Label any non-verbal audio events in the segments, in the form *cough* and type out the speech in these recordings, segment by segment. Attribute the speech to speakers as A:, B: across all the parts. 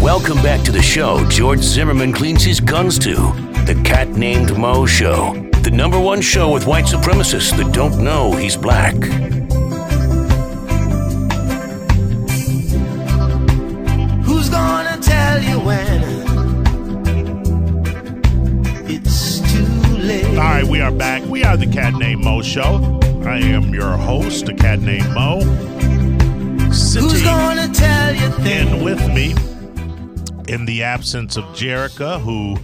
A: Welcome back to the show. George Zimmerman cleans his guns to The Cat Named Mo Show, the number one show with white supremacists that don't know he's black.
B: Who's gonna tell you when it's too late?
C: All right, we are back. We are the Cat Named Mo Show. I am your host, the Cat Named Mo.
B: Who's
C: Sitting
B: gonna tell you
C: in
B: things?
C: with me, in the absence of Jerica, who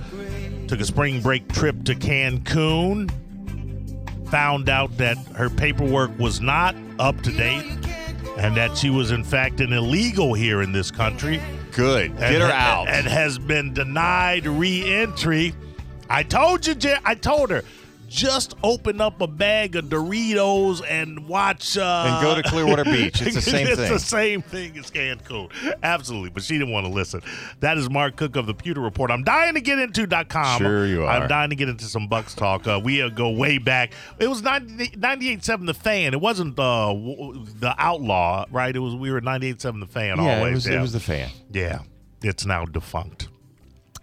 C: took a spring break trip to Cancun, found out that her paperwork was not up to date, and that she was in fact an illegal here in this country.
D: Good.
C: and-
D: Get *laughs* her out.
C: And has been denied re-entry. I told you, Jer- I told her, just open up a bag of Doritos and watch. Uh, *laughs*
D: And go to *laughs* Clearwater Beach. It's the same
C: it's
D: thing.
C: the same thing as Cancun. Absolutely. But she didn't want to listen. That is Mark Cook of the Pewter Report. I'm dying to get into dot com.
D: Sure you
C: I'm
D: are.
A: Sure.
C: dying to get into some Bucks talk. Uh, we uh, go way back. It was 98.7 The Fan. It wasn't uh, w- w- The Outlaw, right? It was we were 98.7 The Fan
D: yeah,
C: always.
D: it was,
C: yeah.
D: it was the fan.
C: yeah, it's now defunct.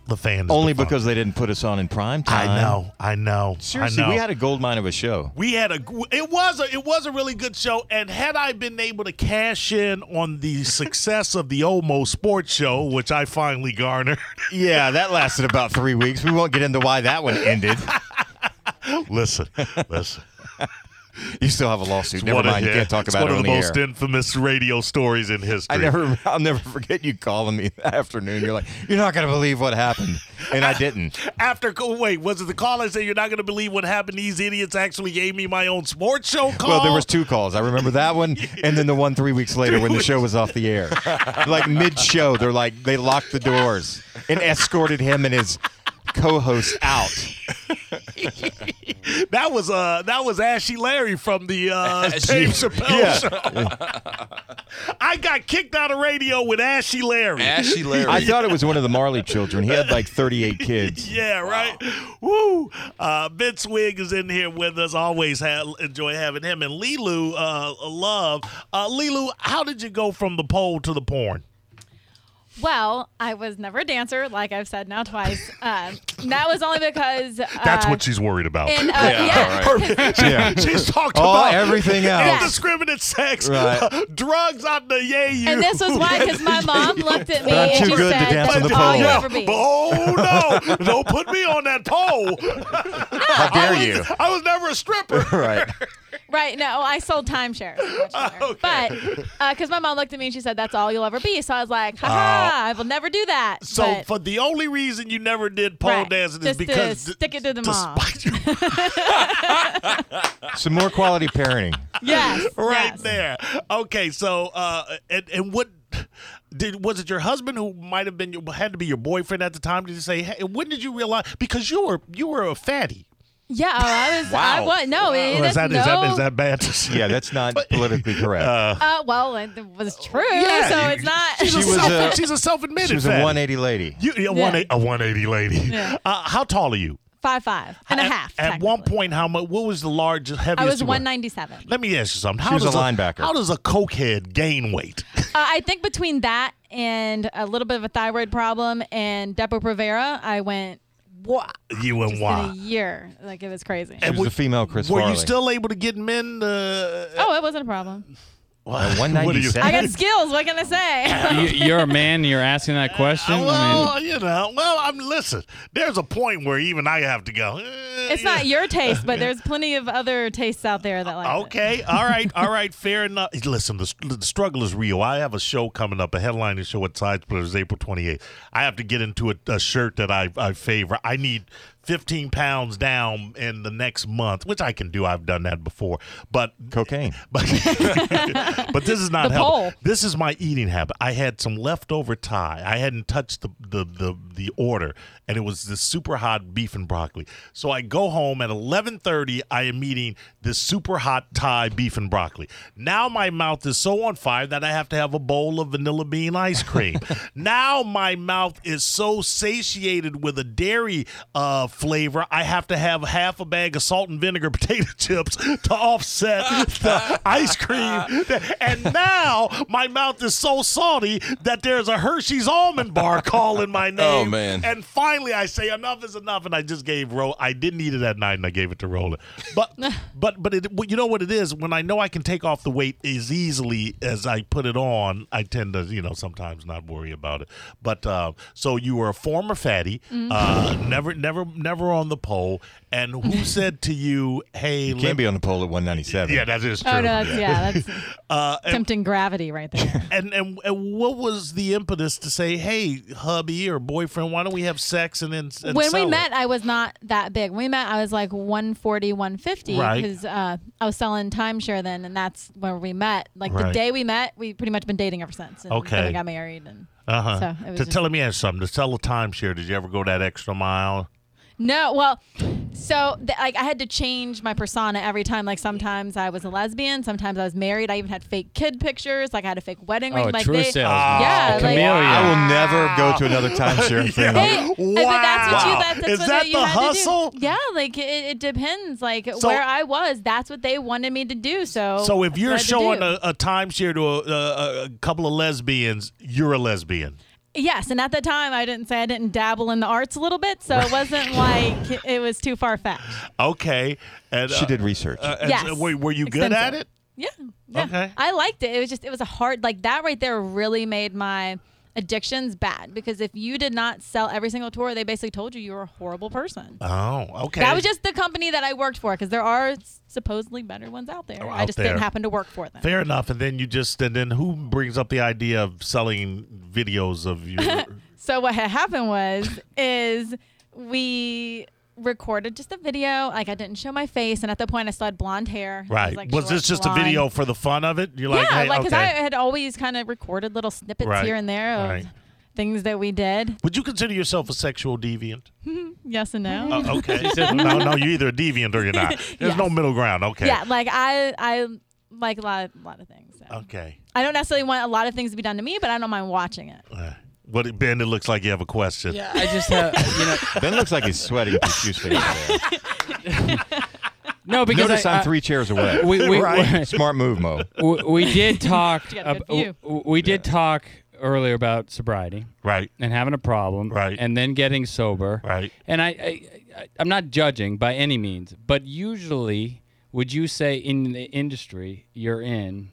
C: The fan is
D: Only
C: defunct.
D: because they didn't put us on in prime
C: I
D: time.
C: know, I know,
D: Seriously,
C: I know.
D: we had a gold mine of a show.
C: We had a g- it was a it was a really good show and had I been able to cash in on
D: *laughs*
C: the success of the Omo Sports Show which I finally garnered *laughs*
D: Yeah, that lasted about three weeks. We won't get into why that one ended.
C: listen listen
D: You still have a lawsuit.
C: it's
D: *laughs* Never
C: one of-
D: mind. You
C: yeah,
D: can't talk
C: it's
D: about
C: one
D: it
C: of
D: on
C: the,
D: the,
C: most
D: air.
C: infamous radio stories in history
D: I never. I'll never forget you calling me that afternoon. You're like, you're not gonna believe what happened, and I didn't.
C: after oh, wait was it the call I said you're not going to believe what happened these idiots actually gave me my own sports show call
D: Well, there was two calls. I remember that one, and then the one three weeks later when the show was off the air, like mid-show. They're like they locked the doors and escorted him and his co-host out.
C: That was uh that was Ashy Larry from the uh Dave Chappelle show. I got kicked out of radio with Ashy Larry.
E: Ashy Larry.
D: I thought it was one of the Marley children. He had like 38 kids.
C: yeah, right. Woo! Uh, Vince Wig is in here with us. Always ha- enjoy having him and Lilu. Uh, love uh, Lilu. How did you go from the pole to the porn?
F: Well, I was never a dancer, like I've said now twice. Um, that was only because uh,
C: she's worried about.
F: in, uh,
E: Yeah,
F: yeah,
E: all
D: Yeah.
C: *laughs* She's talked
D: All
C: about
D: everything else.
C: indiscriminate sex,
D: Right.
C: *laughs* drugs out the yay. You.
F: and this was why because my mom looked at me
D: I'm too
F: and she
D: good to
F: said,
D: dance on
F: "That's
D: the
F: all
D: pole."
F: you'll
D: Yeah,
F: ever be."
C: But, oh no! Don't put me on that pole.
D: How dare you?
C: I was never a stripper.
D: Right.
F: Right? No, I sold timeshares, much better.
C: Okay.
F: but because my mom looked at me and she said, "That's all you'll ever be," so I was like, "Ha ha! I will never do that."
C: Uh, So,
F: But-
C: for the only reason you never did pole
F: Right.
C: dancing is
F: Just to
C: because
F: stick it to the mom.
C: despite *laughs* you
D: Some more quality parenting.
F: yes,
C: right
F: yes.
C: there. Okay, so uh, and and what did was it your husband who might have been your, had to be your boyfriend at the time? Did you say hey, when did you realize because you were you were a fatty?
F: Yeah, oh, I was. I
D: Wow.
F: was. No, it,
C: Or is that,
F: no.
C: is that is that bad? To say?
D: Yeah, that's not politically correct.
F: uh, well, it was true.
C: Yeah,
F: so
C: you-
F: it's not. *laughs*
C: she's,
D: She
C: a
D: was
C: self,
D: a-
C: she's a self-admitted
D: she was a
C: fatty.
D: 180 lady.
C: You, a, one
F: Yeah.
C: eight, a 180 lady.
F: Yeah.
C: Uh, how tall are you?
F: five five and a
C: At-
F: half.
C: At, one
F: technically.
C: point, how much? What was the largest, heaviest?
F: I was
C: you were?
F: one ninety seven.
C: Let me ask you something. How
D: was a
C: does
D: linebacker.
C: How does a cokehead gain weight? *laughs*
F: Uh, I think between that and a little bit of a thyroid problem and Depo-Provera, I went what
C: you and
F: in a
C: why?
F: year. Like it was crazy.
D: She was
C: were-
D: the female Chris
C: Were
D: Farley.
C: you still able to get men? Uh,
F: Oh, it wasn't
C: *laughs*
F: a problem.
D: At
C: What do you-
D: 197?
F: I got skills. What can I say?
G: you, you're a man. You're asking that
C: *laughs*
G: question.
C: well,
G: I mean,
C: you know. Well, I'm listen. There's a point where even I have to go. eh,
F: *laughs* It's
C: yeah.
F: not your taste, but there's plenty of other tastes out there that like. it.
C: Okay. All right. All right. Fair enough. Listen, the, the struggle is real. I have a show coming up, a headlining show at Sidesplitters April 28th. I have to get into a, a shirt that I, I favor. I need 15 pounds down in the next month, which I can do. I've done that before. But
D: Cocaine.
C: *laughs* but, but this is not
F: The
C: helping.
F: poll.
C: This is my eating habit. I had some leftover Thai. I hadn't touched the the the, the order, and it was this super hot beef and broccoli. So I go home at eleven thirty. I am eating this super hot Thai beef and broccoli. Now my mouth is so on fire that I have to have a bowl of vanilla bean ice cream. now my mouth is so satiated with a dairy uh, flavor. I have to have half a bag of salt and vinegar *laughs* potato chips to offset the ice cream. And now my mouth is so salty that there's a Hershey's almond bar calling my name.
E: Oh, man.
C: And finally, I say enough is enough, and I just gave Ro. I didn't eat it that night, and I gave it to Roland.
F: *laughs*
C: But but but it, you know what it is when I know I can take off the weight as easily as I put it on. I tend to you know sometimes not worry about it. But uh, so you were a former fatty,
F: Mm-hmm.
C: uh, never never never on the pole. And
F: *laughs*
C: who said to you, "Hey,
D: You can't be on the pole at 197.
C: yeah, that is true.
F: Oh no, that's, yeah, that's
C: *laughs* Uh, and
F: tempting gravity right there.
C: and, and and what was the impetus to say, "Hey, hubby or boyfriend, why don't we have sex and then and
F: when
C: sell
F: we
C: it?"
F: met, I was not that big. When we met, I was like 140, 150
C: Right.
F: because uh, I was selling timeshare then, and that's where we met. Like
C: Right.
F: the day we met, we pretty much been dating ever since. And
C: Okay.
F: then we got married, and
C: Uh-huh.
F: so it was
C: to
F: just-
C: tell me ask something. To sell a timeshare, did you ever go that extra mile?
F: No, well, so th- like I had to change my persona every time. Like sometimes I was a lesbian, sometimes I was married. I even had fake kid pictures. Like I had a fake wedding
G: Oh,
F: ring.
G: a
F: like
G: true
F: they,
G: salesman.
C: Oh,
F: yeah,
G: A
F: like,
G: chameleon.
D: I will never go to another timeshare thing.
F: Hey, but that's what you.
C: Wow.
F: That's, that's
C: Is
F: what
C: that
F: you
C: the
F: had to do.
C: hustle?
F: Yeah, like it, it depends. Like
C: So-
F: where I was, that's what they wanted me to do. So,
C: So if
F: that's
C: you're
F: what I had to
C: showing
F: do.
C: a, a timeshare to a, a, a couple of lesbians, you're a lesbian.
F: yes, and at the time I didn't say I didn't dabble in the arts a little bit, so it wasn't like it was too far fetched.
C: Okay. And,
D: She
C: uh,
D: did research.
C: uh, and
F: Yes.
C: so were, were you good at
F: Extensive.
C: it?
F: Yeah, yeah.
C: Okay.
F: I liked it. It was just it was a hard like that right there really made my addictions bad because if you did not sell every single tour, they basically told you you were a horrible person.
C: Oh, okay.
F: That was just the company that I worked for because there are supposedly better ones out there.
C: Oh,
F: I
C: out
F: just
C: there.
F: didn't happen to work for them.
C: Fair enough. And then you just and then who brings up the idea of selling videos of
F: *laughs*
C: you?
F: So what had happened was is we recorded just a video. Like I didn't show my face, and at that point I still had blonde hair. It
C: right.
F: like
C: was
F: short
C: this just
F: blonde.
C: a video for the fun of it? You're like,
F: yeah,
C: hey,
F: like because
C: okay.
F: I had always kind of recorded little snippets
C: Right.
F: here and there of
C: Right.
F: things that we did.
C: Would you consider yourself a sexual deviant?
F: Yes and no.
C: Oh, okay. no, no, you're either a deviant or you're not.
F: *laughs*
C: There's no middle ground. Okay.
F: Yeah, like I I like a lot a lot of things. so.
C: Okay.
F: I don't necessarily want a lot of things to be done to me, but I don't mind watching it.
C: Uh, What Ben? It looks like you have a question.
G: Yeah, *laughs* I just have you know
D: ben looks like he's sweating profusely.
G: no because
D: Notice
G: I,
D: I'm
G: I-
D: three chairs away.
G: We
D: *laughs*
G: we,
D: Smart move, Mo.
G: we,
F: *laughs*
G: we did talk.
F: You got a good
G: ab- w-
F: view.
G: w- we did talk earlier about sobriety
C: Right.
G: and having a problem,
C: Right.
G: And then getting sober,
C: Right.
G: And I, I, I I'm not judging by any means, but usually, would you say in the industry you're in,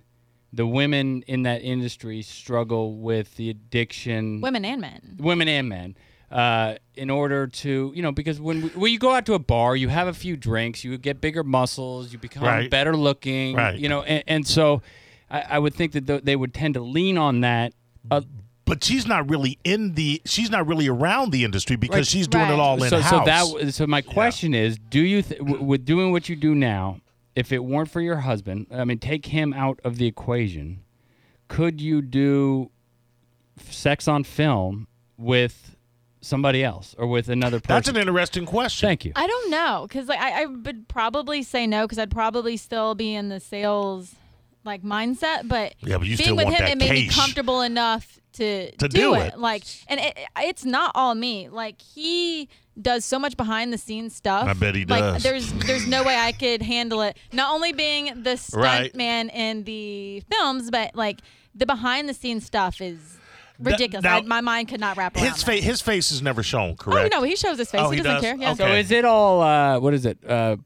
G: the women in that industry struggle with the addiction,
F: Women and men.
G: women and men uh, in order to you know because when we, when you go out to a bar you have a few drinks you get bigger muscles you become
C: Right.
G: better looking
C: Right.
G: you know and, and so I, I would think that th- they would tend to lean on that uh,
C: But she's not really in the. She's not really around the industry because
G: Right.
C: she's doing it
F: Right.
C: all in
G: so
C: house.
G: so that w- so my question is do you th- w- with doing what you do now if it weren't for your husband I mean take him out of the equation could you do f- sex on film with somebody else or with another person
C: That's an interesting question.
G: Thank you.
F: I don't know, cause like I, I would probably say no, cause I'd probably still be in the sales like mindset. But
C: Yeah, but you
F: being
C: still
F: with
C: want
F: him,
C: that
F: it made me
C: cash.
F: comfortable enough to
C: To do
F: do it.
C: it.
F: Like, and it, it's not all me. Like he does so much behind the scenes stuff.
C: I bet he
F: Like
C: does.
F: there's there's no way I could handle it. Not only being the stunt
C: Right.
F: man in the films, but like the behind the scenes stuff is ridiculous.
C: now-
F: I, my mind could not wrap around
C: His
F: that.
C: face. His face is never shown.
F: Oh
C: Correct.
F: no, he shows his face.
C: Oh,
F: he,
C: he
F: doesn't
C: does?
F: care. Yeah.
C: Okay.
G: So is it all uh, what is it uh,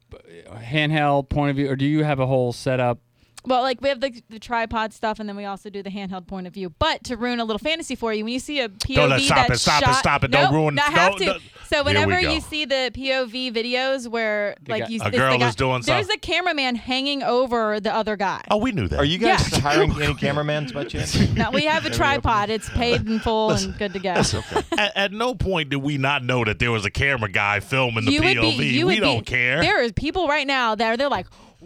G: handheld point of view, or do you have a whole setup?
F: Well, like we have the, the tripod stuff, and then we also do the handheld point of view. But to ruin a little fantasy for you, when you see a POV
C: No, no, stop
F: that's
C: it, stop it,
F: shot,
C: stop it.
F: No,
C: Don't ruin-
F: I have
C: no,
F: to.
C: no. Here
F: So
C: we
F: whenever
C: go.
F: you see the POV videos where like
G: guy-
F: you,
C: A
F: it's the
C: girl
F: guy-
C: is doing
F: there's
C: something.
F: a cameraman hanging over the other guy.
C: Oh, we knew that.
D: Are you guys
F: Yeah.
D: hiring any cameramen by chance?
F: Now we have a tripod. It's paid in full and good to go.
C: *laughs* At, at no point did we not know that there was a camera guy filming the
F: you would
C: POV.
F: be. You
C: we
F: would
C: don't
F: be,
C: care.
F: There is people right now that are they're like.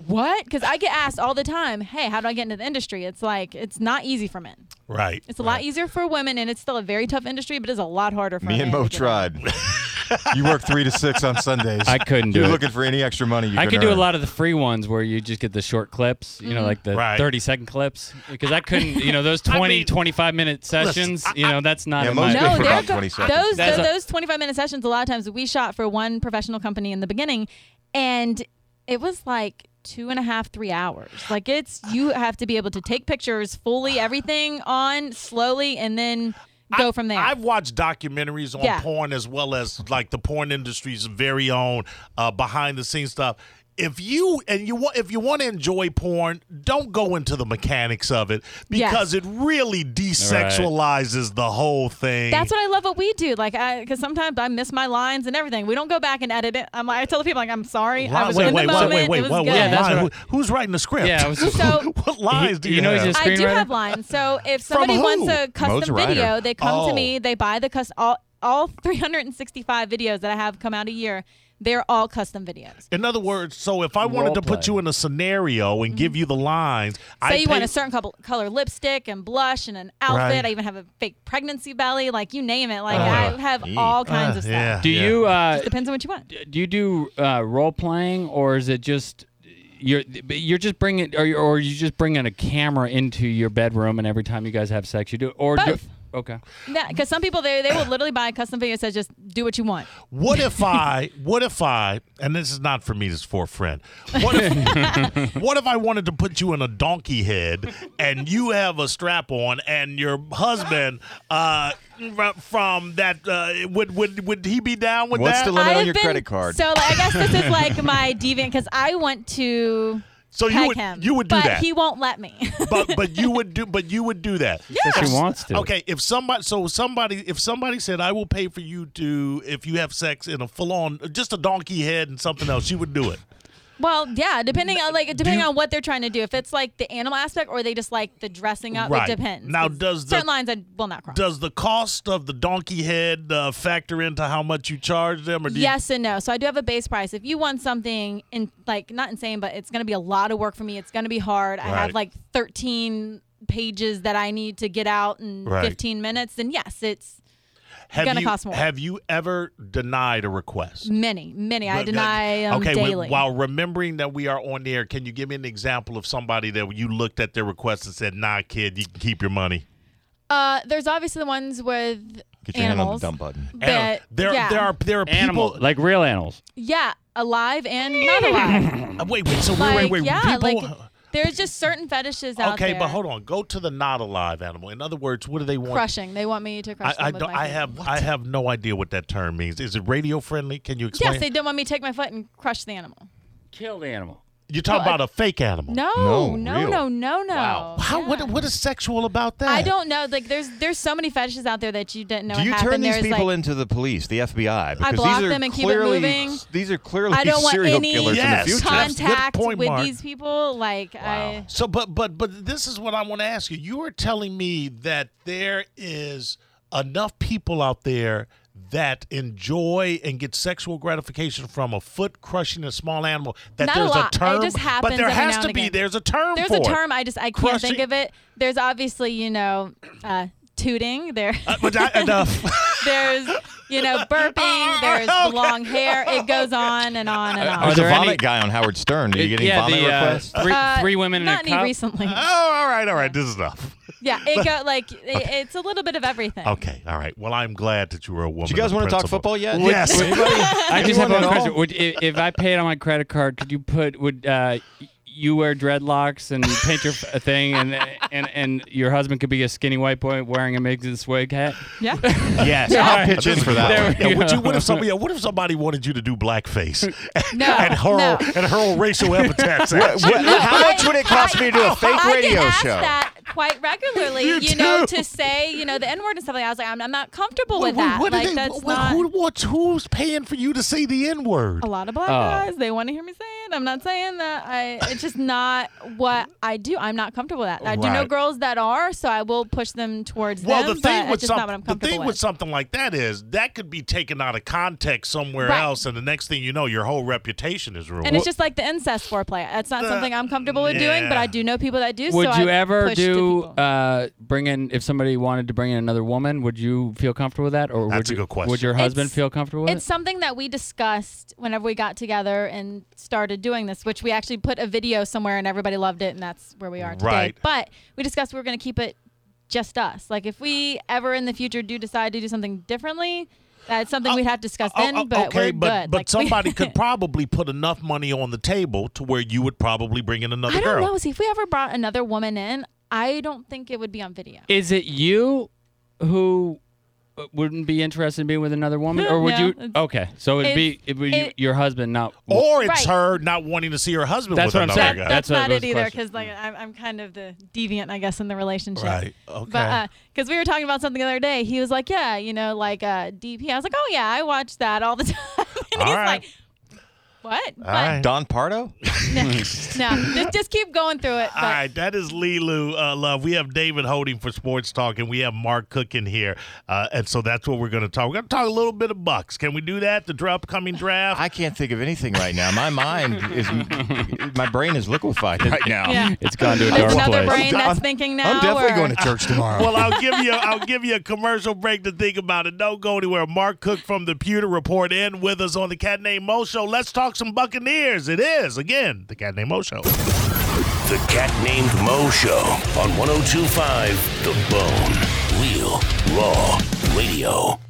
F: What? Because I get asked all the time, hey, how do I get into the industry? It's like, it's not easy for men.
C: right.
F: It's a lot easier for women, and it's still a very tough industry, but it's a lot harder for
D: Me
F: men
D: and
F: to
D: Mo
F: get in.
D: tried. You work three to six on Sundays.
G: I couldn't do
D: You're
G: it.
D: looking for any extra money. You
G: I
D: can
G: could do a
D: earn.
G: lot of the free ones where you just get the short clips, you know, like the
C: Right.
G: 30 second clips. Because Mm-hmm. *laughs* I couldn't, you know, those 20,
C: mean,
G: 25 minute sessions, you know, that's not
D: Yeah,
G: in
D: most
G: my.
D: people-
F: No,
D: for
F: they're
D: about
F: go-
D: 20
F: those
D: seconds.
G: That's
F: tho-
G: a-
F: those 25 minute sessions. A lot of times we shot for one professional company in the beginning, and it was like two and a half, three hours. Like it's you have to be able to take pictures fully, everything on slowly, and then go
C: I-
F: from there.
C: I've watched documentaries on
F: Yeah.
C: porn as well as like the porn industry's very own uh, behind the scenes stuff. If you and you want if you want to enjoy porn, don't go into the mechanics of it
F: Yes.
C: because it really desexualizes the whole thing.
F: That's what I love. What we do, like, because sometimes I miss my lines and everything. We don't go back and edit it. I'm like, I tell the people, like, I'm sorry, I
C: Li-
F: was
C: wait,
F: in
C: wait,
F: the
C: wait,
F: moment.
C: wait, wait,
F: it was
C: wait,
F: good.
C: wait,
G: Yeah, that's
C: line?
G: what I-
C: Who- who's writing the script?
G: *laughs* Yeah,
C: *laughs*
G: I was just-
F: So-
C: what lies do you,
G: you know, he's
C: have?
G: just-
F: I do
G: screenwriter?
F: have lines. So if
C: From
F: somebody wants
C: who?
F: a
D: Mose
F: custom
D: Ryder.
F: video, they come
D: Oh.
F: to me, they buy the custom all all 365 videos that I have come out a year. They're all custom videos.
C: in other words, so if I wanted
G: Role
C: to put
G: play.
C: you in a scenario and give you the lines,
F: So
C: I
F: Mm-hmm. you
C: pay-
F: want a certain couple, color lipstick and blush and an outfit.
C: Right. Oh,
F: I even have a fake pregnancy belly. Like you name it. Like
D: Ugh.
F: I have
D: Eek.
F: all kinds of stuff.
C: Uh, Ah, yeah.
G: Do you uh,
F: Depends on what you want.
G: do you do uh, role playing or is it just you're but you're just bringing or you- or you just bringing a camera into your bedroom and every time you guys have sex you do or do,
F: Both.
G: okay
F: Because some people they they will literally buy a custom video that says just do what you want.
C: What
F: *laughs*
C: if I? What if I? And this is not for me. This is for a friend. What
F: *laughs*
C: if? what if I wanted to put you in a donkey head, and you have a strap on, and your husband uh, from that uh, would would would he be down with
D: What's
C: that?
D: the limit
F: I've
D: on your
F: been-
D: credit card?
F: So like, I guess this
C: *laughs*
F: is like my deviant because I want to
C: so
F: peg
C: Oh, you would
F: him.
C: you would do
F: but
C: that,
F: he won't let me. *laughs*
C: but but you would do but you would do that.
G: Says she wants to
C: Okay, if somebody so somebody if somebody said I will pay for you to if you have sex in a full on just a donkey head and something else, you would do it.
F: well, yeah, depending on like depending
C: you-
F: on what they're trying to do. If it's like the animal aspect or they just like the dressing up,
C: Right.
F: it depends.
C: Now,
F: 'Cause
C: does the-
F: certain lines I will not cross?
C: Does the cost of the donkey head uh, factor into how much you charge them, or do
F: Yes and no. So I do have a base price. If you want something in like not insane, but it's going to be a lot of work for me. It's going to be hard. I
C: Right.
F: have like 13 pages that I need to get out in
C: Right.
F: 15 minutes. Then yes, it's
C: you have
F: gonna
C: you
F: cost more.
C: have you ever denied a request?
F: many, many. I
C: But, uh,
F: deny them
C: okay, wi-
F: daily.
C: while remembering that we are on the air, can you give me an example of somebody that you looked at their request and said, "Nah, kid, you can keep your money."
F: Uh, there's obviously the ones with
D: Get your hand on the
F: animals.
D: dumb button.
C: Animal-
F: that-
C: there,
F: yeah.
C: there are there are
G: animals
C: people.
G: like real animals
F: Yeah, alive and not alive.
C: Uh, wait, wait, so wait,
F: like,
C: wait, wait,
F: yeah,
C: people.
F: like there's just certain fetishes out there.
C: okay, but hold on. Go to the not alive animal. In other words, what do they want?
F: Crushing. They want me to crush
C: I,
F: them
C: I
F: with
C: don't.
F: my
C: I
F: foot.
C: have. I have no idea what that term means. Is it radio friendly? Can you explain?
F: Yes, they didn't want me to take my foot and crush the animal.
G: kill the animal
C: You're talking
F: Well,
C: about a fake animal.
F: No,
D: No,
F: no, no,
D: real.
F: no, no.
C: Wow. How,
F: Yeah.
C: what, what is sexual about that?
F: I don't know. Like, there's there's so many fetishes out there that you didn't know.
D: Do you
F: it
D: turn
F: happened.
D: these
F: there's
D: people
F: like,
D: into the police, the FBI? Because
F: block
D: these are
F: them and keep it
D: clearly,
F: moving.
D: These are clearly
F: I don't want
D: serial
F: any
D: killers
C: Yes.
D: in the future.
C: That's a good
F: contact
C: point,
F: with
C: Mark.
F: these people. Like, I
C: So, but, but, but this is what I want to ask you. You are telling me that there is enough people out there that enjoy and get sexual gratification from a foot crushing a small animal. That
F: Not a
C: there's
F: lot.
C: a
F: It
C: term,
F: just
C: but
F: happens
C: there
F: every
C: has
F: now
C: to
F: and
C: be.
F: again.
C: There's a term.
F: there's
C: for
F: a
C: it.
F: term. I just I can't
C: Crushing-
F: think of it. There's obviously you know, uh, tooting. There.
C: But that-
F: *laughs*
C: enough.
F: There's, you know,
C: *laughs* Oh,
F: burping. There's the long hair. It goes on and on and
D: There's
F: on.
D: a
G: there
D: vomit
G: any-
D: guy on Howard Stern. Do you get any
G: yeah
D: vomit
G: the uh,
D: requests?
G: three,
F: Uh,
G: three women
F: Not
G: in a
F: any
D: *laughs*
G: cup *laughs*
F: recently.
C: oh, all right, all right. This is enough.
F: Yeah, it go like it, it's a little bit of everything.
C: Okay, all right. Well, I'm glad that you were a woman.
D: Do you guys
C: want to
D: talk football yet?
C: Yes.
G: I just
D: Anyone
G: have one
D: at all?
G: question would, if, if I paid on my credit card could you put would uh, y- you wear dreadlocks and paint your f- thing and,
F: *laughs*
G: and and your husband could be a skinny white boy wearing a Migs and Swig hat
D: *laughs*
F: Yeah.
D: Yes, I'll pitch in for
G: There
D: that
G: we
D: one.
C: Yeah, would
G: go.
C: you, what if somebody? What if somebody wanted you to do blackface
D: *laughs*
F: No.
C: *laughs* and hurl
F: no.
C: and hurl racial epithets at you?
D: What- How much would it cost me to do a fake
F: I
D: radio
F: get asked
D: show?
F: that quite
D: *laughs*
F: regularly,
C: You
F: you, know,
C: do.
F: to say, you know, the N word and stuff like that. I was like, I'm, I'm not comfortable
C: What-
F: with that.
C: what do
F: like,
C: they-
F: that's
C: what-
F: not. Oh,
C: who wants- who's paying for you to say the N word?
F: a lot of black guys, they want to hear me say it. I'm not saying that. I. It's just not what I do. I'm not comfortable with that. I do know
C: Right.
F: girls that are, so I will push them towards
C: Well,
F: them.
C: the thing
F: but
C: with
F: it's just
C: some-
F: not what I'm
C: the
F: comfortable
C: thing
F: with.
C: with something like that is that could be taken out of context somewhere
F: Right.
C: else, and the next thing you know, your whole reputation is ruined.
F: and it's just like the incest foreplay. That's not
C: The-
F: something I'm comfortable with doing, but
C: Uh, yeah.
F: I do know people that do.
G: Would
F: so
G: you
F: I
G: ever
F: push to do,
G: you
F: people.
G: uh, bring in if somebody wanted to bring in another woman? Would you feel comfortable with that, or
C: That's
G: would
C: a
G: you,
C: good question.
G: Would your husband
F: It's-
G: feel comfortable with
F: It's something that we discussed whenever we got together and started doing this, which we actually put a video somewhere and everybody loved it, and that's where we are today.
C: Right.
F: But we discussed we were going to keep it just us. Like if we ever in the future do decide to do something differently, that's something we'd have to discuss then.
C: Oh, oh,
F: but
C: okay,
F: we're
C: but
F: good.
C: but
F: Like, we-
C: somebody
F: *laughs*
C: could probably put enough money on the table to where you would probably bring in another
F: I don't
C: girl.
F: know. See, if we ever brought another woman in, I don't think it would be on video.
G: it? Is it you who uh, wouldn't be interested in being with another
F: *laughs*
G: woman, or would
F: No,
G: you?
F: it's-
G: Okay, so it'd be
F: it's-
G: it would
F: it- Oh.
G: your husband not.
C: Or it's
F: Right.
C: her not wanting to see her husband
G: That's
C: with
G: what I'm
C: another
G: saying.
C: guy.
G: That's
F: that's,
G: what
F: not
G: was
F: it
G: the
F: either
G: question.
F: because like I'm, I'm kind of the deviant i guess in the relationship
C: Right. Okay.
F: but uh, because we were talking about something the other day he was like yeah you know like uh dp i was like oh yeah i watch that all the *laughs* time and he's
C: All right.
F: like what but
C: right.
D: Don Pardo?
F: *laughs* no, no just, just keep going through it
D: *laughs*
F: but
C: All right, that is Lilu uh, Love. We have David Holding for Sports Talk, and we have Mark Cook in here, uh, and so that's what we're going to talk. We're going to talk a little bit of Bucks. Can we do that? The dra- upcoming draft.
D: I can't think of anything right now. My mind is, my brain is liquefied right *laughs* now.
F: yeah
G: It's
F: *laughs*
G: gone to a
F: there's
G: dark
F: another
G: place.
F: brain that's
D: I'm-
F: thinking now
D: I'm definitely
F: or-
D: going to church tomorrow.
C: Well, I'll give you I'll give you a commercial break to think about it. Don't go anywhere. Mark Cook from the Pewter Report in with us on the Cat Named Mo Show. Let's talk some Buccaneers. It is again the Cat Named Mo Show.
A: The Cat Named Mo Show oh on 1025 The Bone. Real Raw Radio.